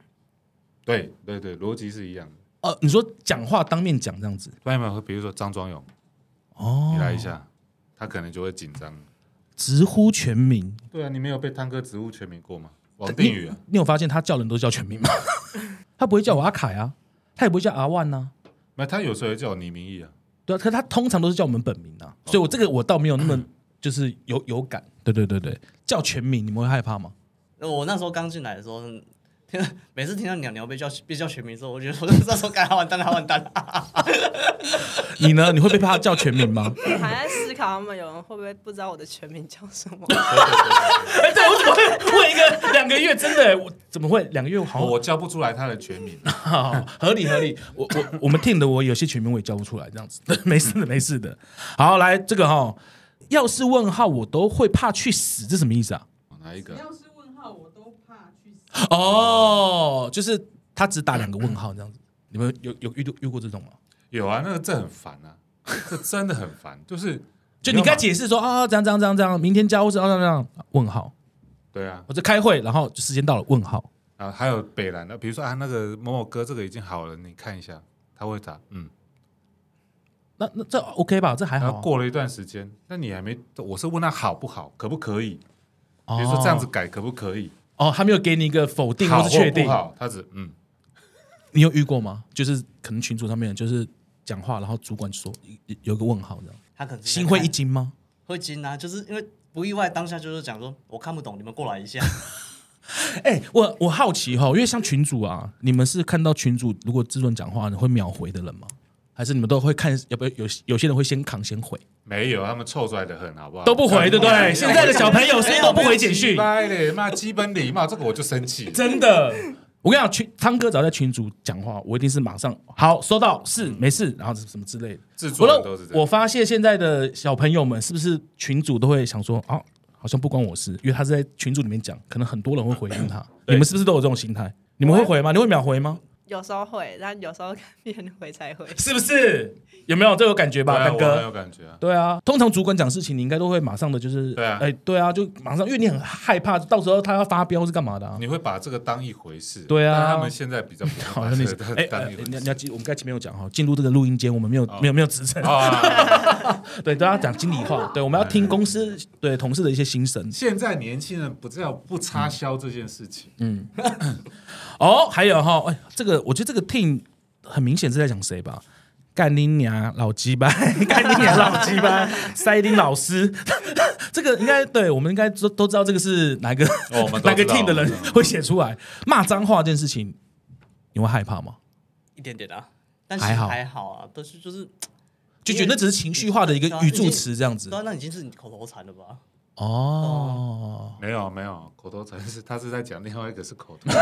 S2: 对对对，逻辑是一样的。
S1: 呃，你说讲话当面讲这样子
S2: 外面会比如说张庄勇，
S1: 哦
S2: 你，来一下，他可能就会紧张。
S1: 直呼全名。
S2: 对啊，你没有被汤哥直呼全名过吗？王定宇啊，
S1: 你有发现他叫人都叫全名吗？ <laughs> 他不会叫我阿凯啊，他也不会叫阿万呐、
S2: 那他有时候也叫我倪明义啊。
S1: 对啊，可是他通常都是叫我们本名啊，所以我这个我倒没有那 <coughs> 么就是有有感。对对对对，叫全名你们会害怕吗？
S3: 我那时候刚进来的时候，听 <laughs> 到每次听到鸟鸟被叫被叫全名的时候，我觉得我 <laughs> 那时候该他完蛋了，他完蛋了。
S1: 你呢？你会被怕叫全名吗？
S4: 我还在思考他们有人会不会不知道我的全名叫什么。
S2: 对对对对
S1: 哎、对我怎么会问一个两个月？真的、我怎么会两个月好像？
S2: <laughs> 我叫不出来他的全名。啊
S1: 好， <laughs> 合理合理。我我我们听的，我有些群名我也叫不出来，这样子，对没事的，没事的。好，来这个哈、要是问号我都会怕去死，这什么意思啊？
S2: 哦哪一个
S5: 只？要是问号，我都怕去死。
S1: 哦，就是他只打两个问号这样子。你们有有遇到遇过这种吗？
S2: 有啊，那个这很烦啊，这真的很烦。就是
S1: 就你
S2: 该
S1: 该解释说啊，这样这样这样这样，明天交或者啊这样这样问号，
S2: 对啊，
S1: 我在开会，然后就时间到了问号。
S2: 啊还有北兰的，比如说啊那个某某哥这个已经好了，你看一下，他会打嗯，
S1: 那那这 OK 吧？这还
S2: 然
S1: 好
S2: 后
S1: 啊。
S2: 过了一段时间，那你还没，我是问他好不好，可不可以？
S1: 比
S2: 比如说这样子改可不可以？
S1: 哦，他没有给你一个否定
S2: 好
S1: 是确定
S2: 不，好，他只嗯，
S1: 你有遇过吗？就是可能群组上面就是讲话，然后主管说有有个问号这样。
S3: 他可能
S1: 心会一
S3: 一
S1: 惊吗？
S3: 会惊啊，就是因为不意外，当下就是讲说我看不懂，你们过来一下。
S1: 哎、我我好奇哦哈、因为像群主啊，你们是看到群主如果自论讲话，你会秒回的人吗？还是你们都会看？要不有有些人会先扛先回，
S2: 没有，他们臭出来的很，好不好？
S1: 都不回，对不
S2: 哎
S1: 对？
S2: 呀
S1: 现在的小朋友是不是都不回简
S2: 鸡
S1: 讯，
S2: 掰嘞，妈基本礼貌，这个我就生气了。
S1: 真的。我跟你讲，群汤哥只要在群主讲话，我一定是马上好收到，是没事，然后什么之类的。
S2: 制作
S1: 我
S2: 人都是这
S1: 我
S2: 样，
S1: 发现现在的小朋友们是不是群主都会想说啊，好像不关我事，因为他是在群组里面讲，可能很多人会回应他。你们是不是都有这种心态？你们会回吗？你会秒回吗？
S4: 有时候会，但有时候看别人回才会。
S1: 是不是？有没有这有感觉吧，
S2: 对啊
S1: 丹
S2: 我很
S1: 哥？
S2: 有感觉啊。
S1: 对啊，通常主管讲事情，你应该都会马上的就是，
S2: 对啊
S1: 哎，对啊，就马上，因为你很害怕，到时候他要发飙是干嘛的啊？
S2: 你会把这个当一回事，
S1: 对啊
S2: 但他们现在比较不会
S1: 好
S2: 把
S1: 像
S2: 这
S1: 你
S2: 个当
S1: 哎，
S2: 当
S1: 呃
S2: 一回
S1: 你你
S2: 事
S1: 要记，我们刚才前面有讲哈，进入这个录音间，我们没有
S2: 哦
S1: 没有没有职称，
S2: 啊。
S1: 对，都要讲经理话，对，我们要
S2: 哎
S1: 听公司对同事的一些心声。
S2: 现在年轻人不知道不插销这件事情，
S1: 哦，还有哈，哎，这个我觉得这个 team 很明显是在讲谁吧？干你娘老鸡
S2: <laughs>
S1: 巴，干你娘老鸡巴，塞林老师， <laughs> 这个应该对我们应该都都知道这个是哪个、
S2: 哦我们都知
S1: <laughs>
S2: 道
S1: 哪个 team 的
S2: 我们
S1: 人
S2: 知道
S1: 会写出来骂脏话这件事情，你会害怕吗？
S3: 一点点啊，但是
S1: 还好
S3: 还好啊，但是就是
S1: 就觉得那只是情绪化的一个语助词这样子
S3: 对啊，那已经是你口头禅了吧？
S1: 哦。
S2: 没有没有，口头禅是他是在讲另外一个是口头，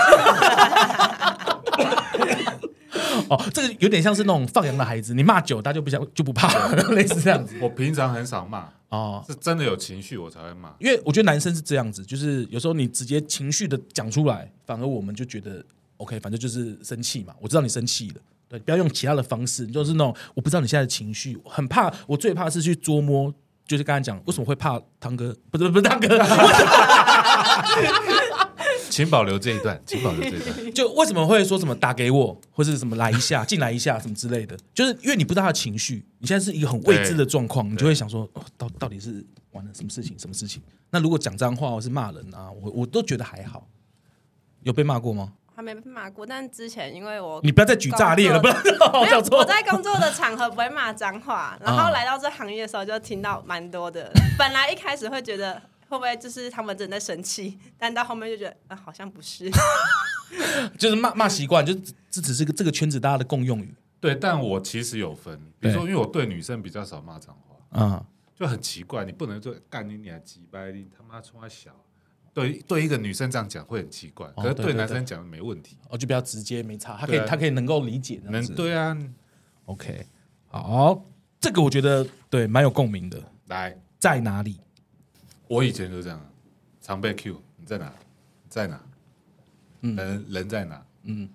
S1: 哦，这个有点像是那种放羊的孩子，你骂久他就不想就不怕， <laughs> 类似这样子
S2: 我平常很少骂，
S1: 哦。
S2: 是真的有情绪我才会骂。
S1: 因为我觉得男生是这样子，就是有时候你直接情绪的讲出来，反而我们就觉得 OK，反正就是生气嘛，我知道你生气了。对，不要用其他的方式，就是那种我不知道你现在的情绪，很怕，我最怕是去捉摸，就是刚才讲为什么会怕汤哥，不是不是汤哥，
S2: 请保留这一段，请保留这一段。
S1: 就为什么会说什么打给我，或是什么来一下、进来一下什么之类的，就是因为你不知道他的情绪，你现在是一个很未知的状况，你就会想说，哦，到到底是完了什么事情，什么事情？那如果讲脏话或是骂人啊，我我都觉得还好。有被骂过吗？
S4: 还没被骂过，但之前因为我
S1: 你不要再举炸裂了，不
S4: 工
S1: 然 <laughs> 我
S4: 没有
S1: 讲错。
S4: 我在工作的场合不会骂脏话，然
S1: 啊
S4: 后来到这行业的时候就听到蛮多的。本来一开始会觉得会不会就是他们真的在生气，但到后面就觉得啊、好像不是。
S1: 就是骂骂习惯，就只这只是个这个圈子大家的共用语
S2: 对，但我其实有分，比
S1: 对
S2: 如说，因为我对女生比较少骂脏话，
S1: 啊。
S2: 就很奇怪，你不能说干你娘鸡掰，你他妈冲他小。对，对一个女生这样讲会很奇怪，可是
S1: 哦对
S2: 对
S1: 对
S2: 男
S1: 对
S2: 生讲没问题，
S1: 哦，就比较直接，没差，他可以、
S2: 对啊
S1: 他可以能够理解这样
S2: 能
S1: 子。
S2: 对啊，
S1: ，OK，好，这个我觉得对蛮有共鸣的，
S2: 来，
S1: 在哪里？
S2: 我以前就这样，啊常被 Q，你在哪？你在哪？人人在哪？嗯，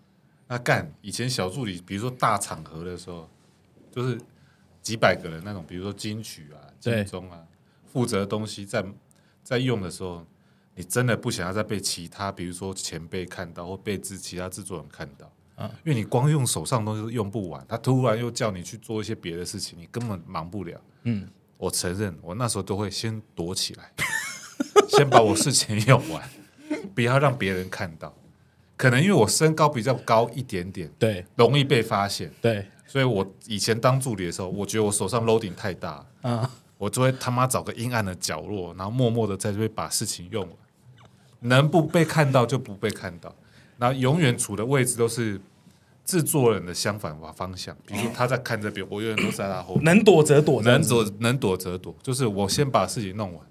S2: 那干以前小助理，比如说大场合的时候，就是几百个人那种，比如说金曲啊、
S1: 对
S2: 金钟啊，负责的东西在在用的时候，你真的不想要再被其他，比如说前辈看到，或被制其他制作人看到。
S1: 啊
S2: 因为你光用手上的东西都用不完，他突然又叫你去做一些别的事情，你根本忙不了。
S1: 嗯，
S2: 我承认，我那时候都会先躲起来，先把我事情用完， <laughs> 不要让别人看到。可能因为我身高比较高一点点，
S1: 对
S2: 容易被发现，
S1: 对
S2: 所以我以前当助理的时候，我觉得我手上 loading 太大，
S1: 啊，
S2: 我就会他妈找个阴暗的角落，然后默默的在这边把事情用完，能不被看到就不被看到，然后永远处的位置都是制作人的相反方向，比如说他在看这边，我永远都在他后面。
S1: 能躲则躲，这样
S2: 能
S1: 子。
S2: 躲能躲则躲，就是我先把事情弄完。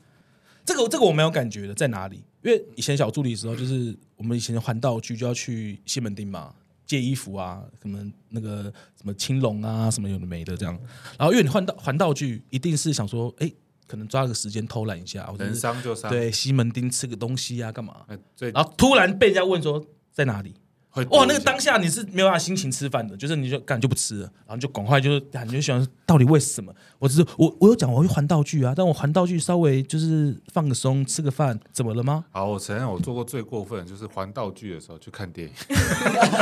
S1: 这个这个我没有感觉的，在哪里？因为以前小助理的时候，就是我们以前环道局就要去西门町嘛，借衣服啊，什么那个什么青龙啊，什么有的没的这样。然后因为你换道环道具，一定是想说，哎，可能抓个时间偷懒一下，或者
S2: 能啊
S1: 是
S2: 伤就伤。，
S1: 对西门町吃个东西啊，干嘛？
S2: 呃，最
S1: 然后突然被人家问说在哪里，
S2: 会
S1: 哇，那个当
S2: 当
S1: 下你是没有办法心情吃饭的，就是你就感觉就不吃了，然后就赶快就是感觉想到底为什么？我只是我我有讲我会还道具啊，但我还道具稍微就是放个松，吃个饭，怎么了吗？
S2: 好，我承认我做过最过分的就是还道具的时候去看电影，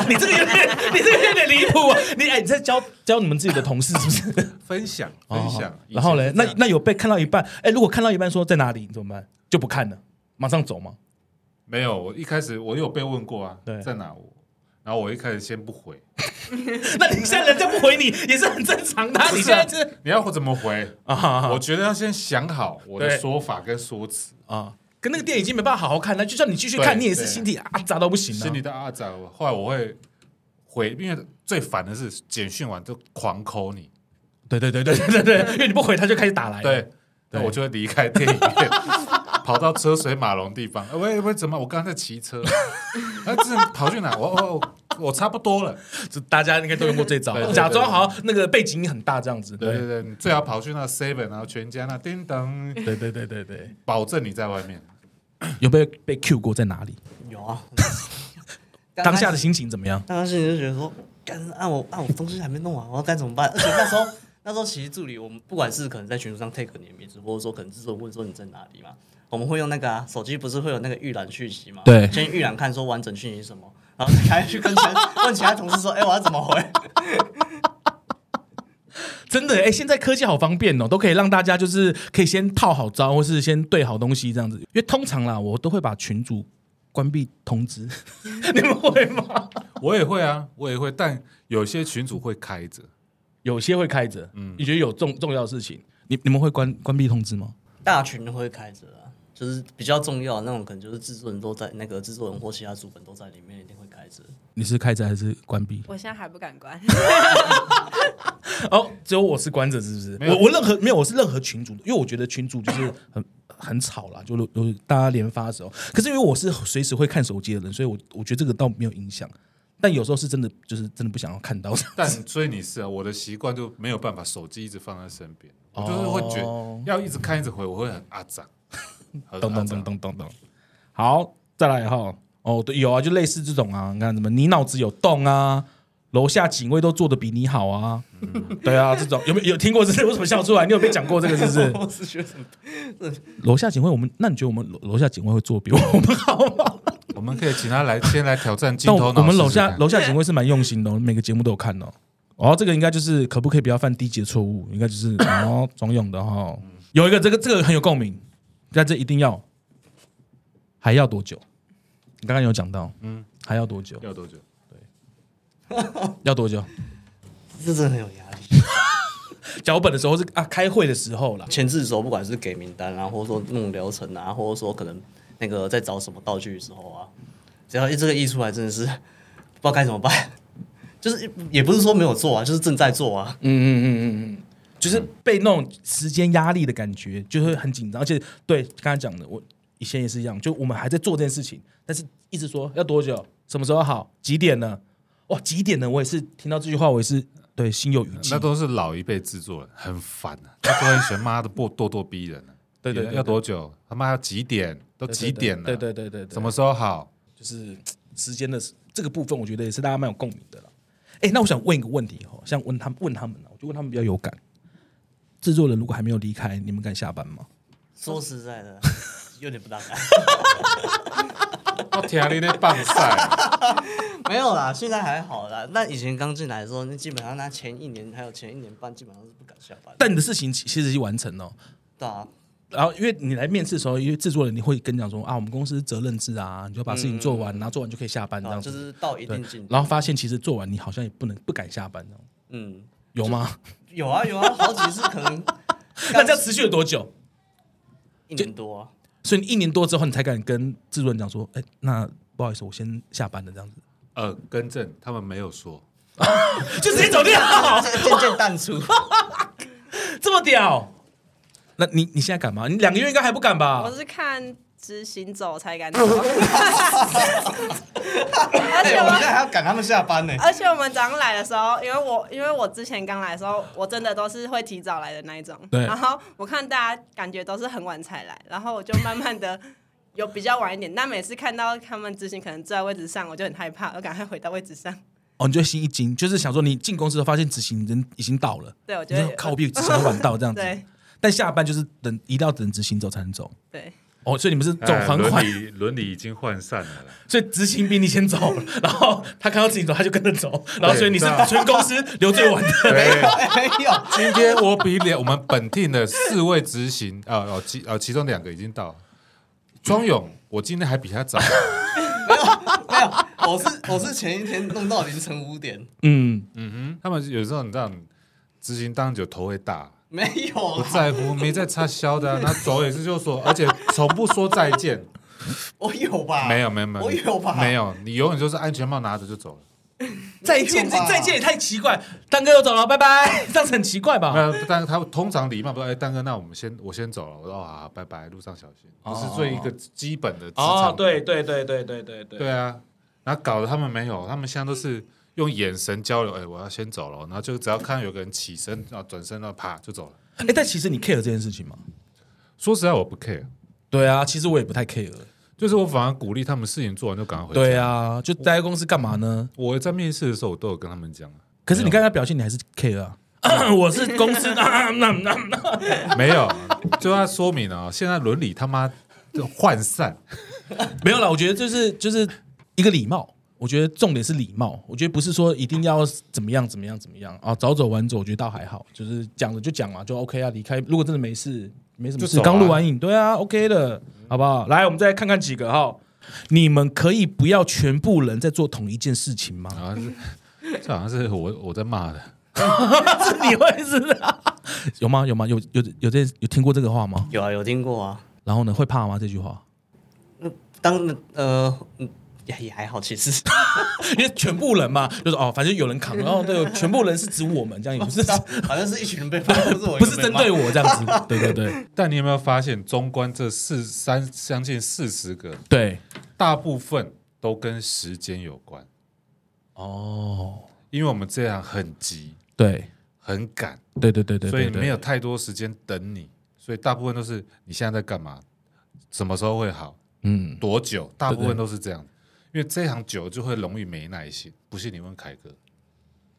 S1: 你这个有点， <laughs> 你这个有点离谱啊！你哎，你在教教你们自己的同事是不是？
S2: <laughs> <laughs> 分享分
S1: 哦
S2: 享。以前
S1: 然后嘞
S2: 是，这
S1: 那
S2: 样
S1: 那有被看到一半，哎，如果看到一半说在哪里，你怎么办？就不看了，马上走吗？ <laughs>
S2: 没有，我一开始我有被问过啊
S1: 对，
S2: 在哪我？然后我一开始先不回，
S1: 那你现在人家不回你也是很正常的啊，你现在是
S2: 你要我怎么回？
S1: <laughs> 啊
S2: 我觉得要先想好我的
S1: 对
S2: 说法跟说辞，
S1: 啊！跟那个电影已经没办法好好看了，就算你继续看，
S2: 对
S1: 你也是
S2: 对
S1: 心里啊炸到不行啊
S2: 心里。的阿仔。后来我会回，因为最烦的是简讯完就狂抠你，
S1: 对对对对对对对，因为你不回他就开始打来了。
S2: 对，
S1: 哎对
S2: 那我就会离开电影院， <laughs> 跑到车水马龙地方。呃喂喂，怎么？我刚刚在骑
S1: <laughs>
S2: 车，啊，这跑去哪？我我我我差不多了。
S1: 这大家应该都用过这招
S2: 对对，对
S1: 假装好像那个背景音很大这样子。
S2: 对
S1: 对
S2: 对对，你最好跑去那 seven，然后全家那叮当，
S1: 对对对对对，
S2: 保证你在外面。
S1: 有没有被 Q 过在哪里？
S3: 有啊，
S1: 当下的心情怎么样？
S3: 当时你就觉得说，干，按我按我东西还没弄完，我要该怎么办？ <laughs> 而且那时候那时候其实助理，我们不管是可能在群组上 take 你的名字，或者说可能制作人问说你在哪里嘛，我们会用那个啊，手机不是会有那个预览讯息嘛？
S1: 对
S3: 先预览看说完整讯息是什么，然后才去跟其他问其他同事说，哎、我要怎么回？ <laughs>
S1: 真的哎，现在科技好方便哦，都可以让大家就是可以先套好招，或是先对好东西这样子。因为通常啦，我都会把群主关闭通知，你们会吗？
S2: 我也会啊，我也会，但有些群主会开着，
S1: 有些会开着，嗯
S2: 嗯，
S1: 你觉得有重重要的事情，你你们会关关闭通知吗？
S3: 大群会开着啊，就是比较重要的那种，可能就是制作人都在那个制作人或其他主本都在里面，一定会开着。
S1: 你是开着还是关闭？
S4: 我现在还不敢
S1: <laughs>
S4: 关，
S1: 哦，只有我是关着，是不是？
S2: 没有
S1: 我我任何没有，我是任何群主，因为我觉得群主
S2: <laughs>
S1: 就是很很吵啦，就是就是大家连发的时候。可是因为我是随时会看手机的人，所以我我觉得这个倒没有影响。但有时候是真的，就是真的不想要看到。
S2: 但所以你是啊，我的习惯就没有办法，手机一直放在身边， <laughs> 我就是会觉
S1: 哦
S2: 得呃要一直看一直回，我会很阿
S1: <laughs>
S2: 脏，很
S1: 咚
S2: 阿
S1: 咚
S2: 杂
S1: 咚咚咚咚。好，再来哈。哦，对，有啊，就类似这种啊，你看什么你脑子有洞啊，楼下警卫都做的比你好啊，
S2: 嗯
S1: 对啊，这种有没有有听过这个？为什么笑出来？你有被讲过这个是不是？
S3: 我是觉得
S1: 楼下警卫，我们那你觉得我们楼楼下警卫会做比我们好吗？
S2: 我们可以请他来先来挑战 <laughs> 镜
S1: 但
S2: 头
S1: 我
S2: 脑
S1: 我们楼
S2: 试试看
S1: 下楼下警卫是蛮用心的、哦，每个节目都有看哦。哦，这个应该就是可不可以不要犯低级的错误？应该就是哦， <laughs> 装用的哈、哦。有一个这个这个很有共鸣，但这一定要还要多久？你刚刚有讲到，嗯，还要多久？
S2: 要多久？
S1: 要多久？
S3: <laughs> 这真的很有压力。
S1: 脚本的时候是啊，开会的时候啦。
S3: 前置的时候，不管是给名单啊，或者说弄流程啊，或者说可能那个在找什么道具的时候啊，只要一这个一出来，真的是不知道该怎么办。就是也不是说没有做啊，就是正在做啊。
S1: 嗯嗯嗯嗯嗯，就是被那种时间压力的感觉，就会很紧张。而且对刚才讲的，我以前也是一样，就我们还在做这件事情，但是一直说要多久，什么时候好，几点呢？哇，几点呢？我也是听到这句话，我也是对心有余悸
S2: 那。都是老一辈制作人，很烦啊，他都很喜欢妈的咄咄咄逼人啊。
S1: 对对对对
S2: 要多久？他妈要几点？都
S1: 对
S2: 几点了？
S1: 对对对对对，
S2: 什么时候好？
S1: 就是时间的这个部分，我觉得也是大家蛮有共鸣的了。哎，那我想问一个问题哦，像问他们问他们啊，我就问他们比较有感。制作人如果还没有离开，你们敢下班吗？
S3: 说实在的，有点不大敢。 <laughs>
S2: <laughs> 我听哦啊你那棒赛，
S3: 没有啦，现在还好啦。那以前刚进来的时候，那基本上那前一年还有前一年半，基本上是不敢下班的。
S1: 但你的事情其其实已经完成了哦，
S3: 对啊，
S1: 然后因为你来面试的时候，因为制作人你会跟你讲说啊，我们公司责任制啊，你就把事情做完，然后做完就可以下班这
S3: 对
S1: 样
S3: 啊
S4: 哦
S1: 子。
S3: 就是到一
S1: 对
S3: 定境，界，
S1: 然后发现其实做完你好像也不能不敢下班这样，
S3: 嗯，
S1: 有吗？
S3: 有啊有啊，好几次可能
S1: <laughs> 那这样持续了多久？
S3: 一年多啊。
S1: 所以你一年多之后，你才敢跟制作人讲说，哎，那不好意思，我先下班了这样子，
S2: 呃，更正，他们没有
S3: <laughs>
S2: 说，
S1: 就 <laughs> 直接走掉，
S3: 渐渐
S1: <laughs>
S3: 淡出。
S1: 这么屌。那你你现在敢吗？你两个月应该还不敢吧
S4: 我？是看执行走才敢
S1: <laughs>
S4: 走， <laughs> 而且
S3: 哎我们现
S4: 我。
S3: 在还要赶他们下班呢。
S4: <laughs> 而且我们早上来的时候，因为我因为我之前刚来的时候，我真的都是会提早来的那一种。
S1: 对
S4: 然后我看大家感觉都是很晚才来，然后我就慢慢的 <laughs> 有比较晚一点，但每次看到他们执行可能坐在位置上，我就很害怕，我赶快回到位置上。
S1: 哦，你就会心一惊，就是想说你进公司后发现执行人已经到了，
S4: 对，我
S1: 你
S4: 觉
S1: 就
S4: 得
S1: 说靠我比执行晚到这样子。
S4: 对
S1: 但下班就是等一定要等执行走才能走。
S4: 对，
S1: 哦，所以你们是走
S2: 哎
S1: 很
S2: 伦
S1: 缓，
S2: 理伦理已经涣散了啦。
S1: <laughs>
S3: <laughs>
S1: 所以执行比你先走， <laughs> 然后他看到自己走，他就跟着走，然后所以你是啊
S2: 对
S1: 全公司留最 <laughs> 晚的。
S2: 对，
S3: 没有，
S2: 今天我比两我们本 team 的四位执行，呃哦其呃其中两个已经到了，庄勇，我今天还比
S3: <laughs>
S2: 他早，
S3: 没有，我是我是前一天弄到凌晨五点，
S1: 嗯，
S2: 嗯他们有时候你知道执行当久头会大。
S3: 没有啊
S2: 不
S3: 啦，
S2: 在乎，没在插销
S3: <laughs>
S2: 的、啊，那走也是就说，而且从不说再见。
S3: 我有吧？
S2: 没有，没有，没有，
S3: 啊我有吧？
S2: 没，有，你永远就是安全帽拿着就走了。
S1: 再见，
S3: 没有
S1: 这
S3: 吧
S1: 再见也太奇怪，丹哥又走了，拜拜，这样子很奇怪吧？
S2: 那但他通常礼貌，不说，哎，丹哥，那我们先我先走了，我说啊，拜拜，路上小心，
S1: 哦
S2: 这是最一个基本的职
S1: 哦
S2: 场。，
S1: 对对对对对对对，
S2: 对啊，然后搞得他们没有，他们现在都是用眼神交流，哎，我要先走了，然后就只要看有个人起身，然后转身，然后啪就走了。
S1: 哎、但其实你 care 这件事情吗？
S2: 说实在，我不 care，
S1: 对啊，其实我也不太 care。
S2: 就是我反而鼓励他们事情做完就赶快回家。
S1: 对，啊，就待在公司干嘛呢？
S2: 我在面试的时候，我都有跟他们讲啊。
S1: 可是你刚才表现，你还是 care 啊。 <laughs> 我是公司， <laughs> 那那那
S2: 没有， <laughs> 就要说明了啊、现在伦理他妈就涣散，
S1: 没有啦，我觉得就是就是一个礼貌。我觉得重点是礼貌，我觉得不是说一定要怎么样怎么样怎么样啊，早走晚走，我觉得倒还好，就是讲了就讲嘛，就 OK 啊，离开。如果真的没事，没什么
S2: 就
S1: 事，
S2: 走啊
S1: 刚录完影，对啊，OK 的，好不好？来，我们再看看几个哈，你们可以不要全部人在做同一件事情吗？
S2: 好像是这好像是我我在骂的，
S1: 是你会是啊？有吗？有吗？有有有这有听过这个话吗？
S3: 有啊，有听过啊。
S1: 然后呢，会怕吗？这句话，
S3: 当呃，嗯也也还好，其实
S1: 因为全部人嘛，就是哦，反正有人扛，然后对，全部人是指我们这样，也不是
S3: 好像是一群人被骂，不是我，
S1: 不是针对。我这样子，对对对
S2: 但你有没有发现，中观这四三将近四十个，
S1: 对，
S2: 大部分都跟时间有关，
S1: 哦，
S2: 因为我们这样很急
S1: 对
S2: 很赶，
S1: 对对对对，
S2: 所以没有
S1: 对
S2: 太多时间等你，所以大部分都是你现在在干嘛，什么时候会好，
S1: 嗯，
S2: 多久，大部
S1: 对
S2: 分都是这样。因为这一行久了就会容易没耐心，不信你问凯哥。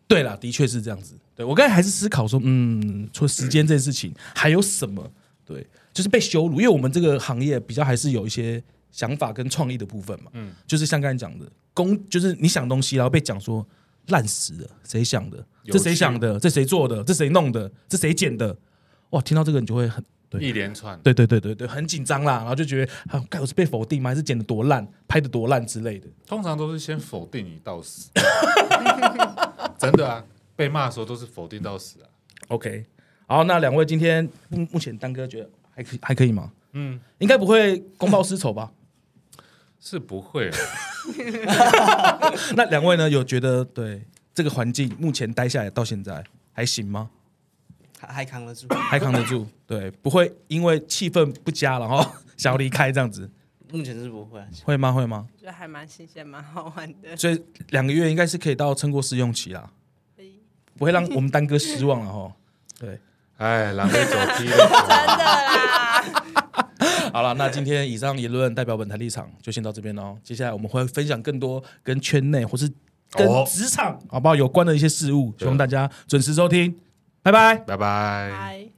S1: 对啦，的确是这样子。对我刚才还是思考说，嗯，除了时间这件事情，还有什么？对，就是被羞辱，因为我们这个行业比较还是有一些想法跟创意的部分嘛。嗯，就是像刚才讲的，公就是你想东西，然后被讲说烂死了，谁想的？
S2: 有
S1: 这谁
S2: 趣
S1: 想的？这谁做的？这谁弄的？这谁剪的？哇，听到这个你就会很对
S2: 一连串，
S1: 对对对对对，很紧张啦，然后就觉得啊，该我是被否定吗？还是剪的多烂，拍的多烂之类的？
S2: 通常都是先否定你到死， <laughs> 真的啊，被骂的时候都是否定到死啊。
S1: OK，好，那两位今天目目前丹哥觉得还可以还可以吗？嗯，应该不会公报私仇吧？
S2: 是不会啊，
S1: <laughs> 那两位呢？有觉得对这个环境目前待下来到现在还行吗？
S3: 还还扛得住。
S1: 还扛得住？对，不会因为气氛不佳然后 <laughs> 想要离开这样子，
S3: 目前是不会啊，
S1: 会吗？会吗？
S4: 觉得还蛮新鲜，蛮好玩的。
S1: 所以两个月应该是可以到撑过试用期啦，不会让我们丹哥失望了哈。对，
S2: 哎，狼狈走低了。
S4: 真的啦，
S1: <laughs> 好了，那今天以上言论代表本台立场，就先到这边喽。接下来我们会分享更多跟圈内或是跟
S2: 哦
S1: 职场、好不好有关的一些事物，希望
S2: 对
S1: 大家准时收听，拜拜。
S4: <laughs>
S2: 拜拜。
S4: 嗨。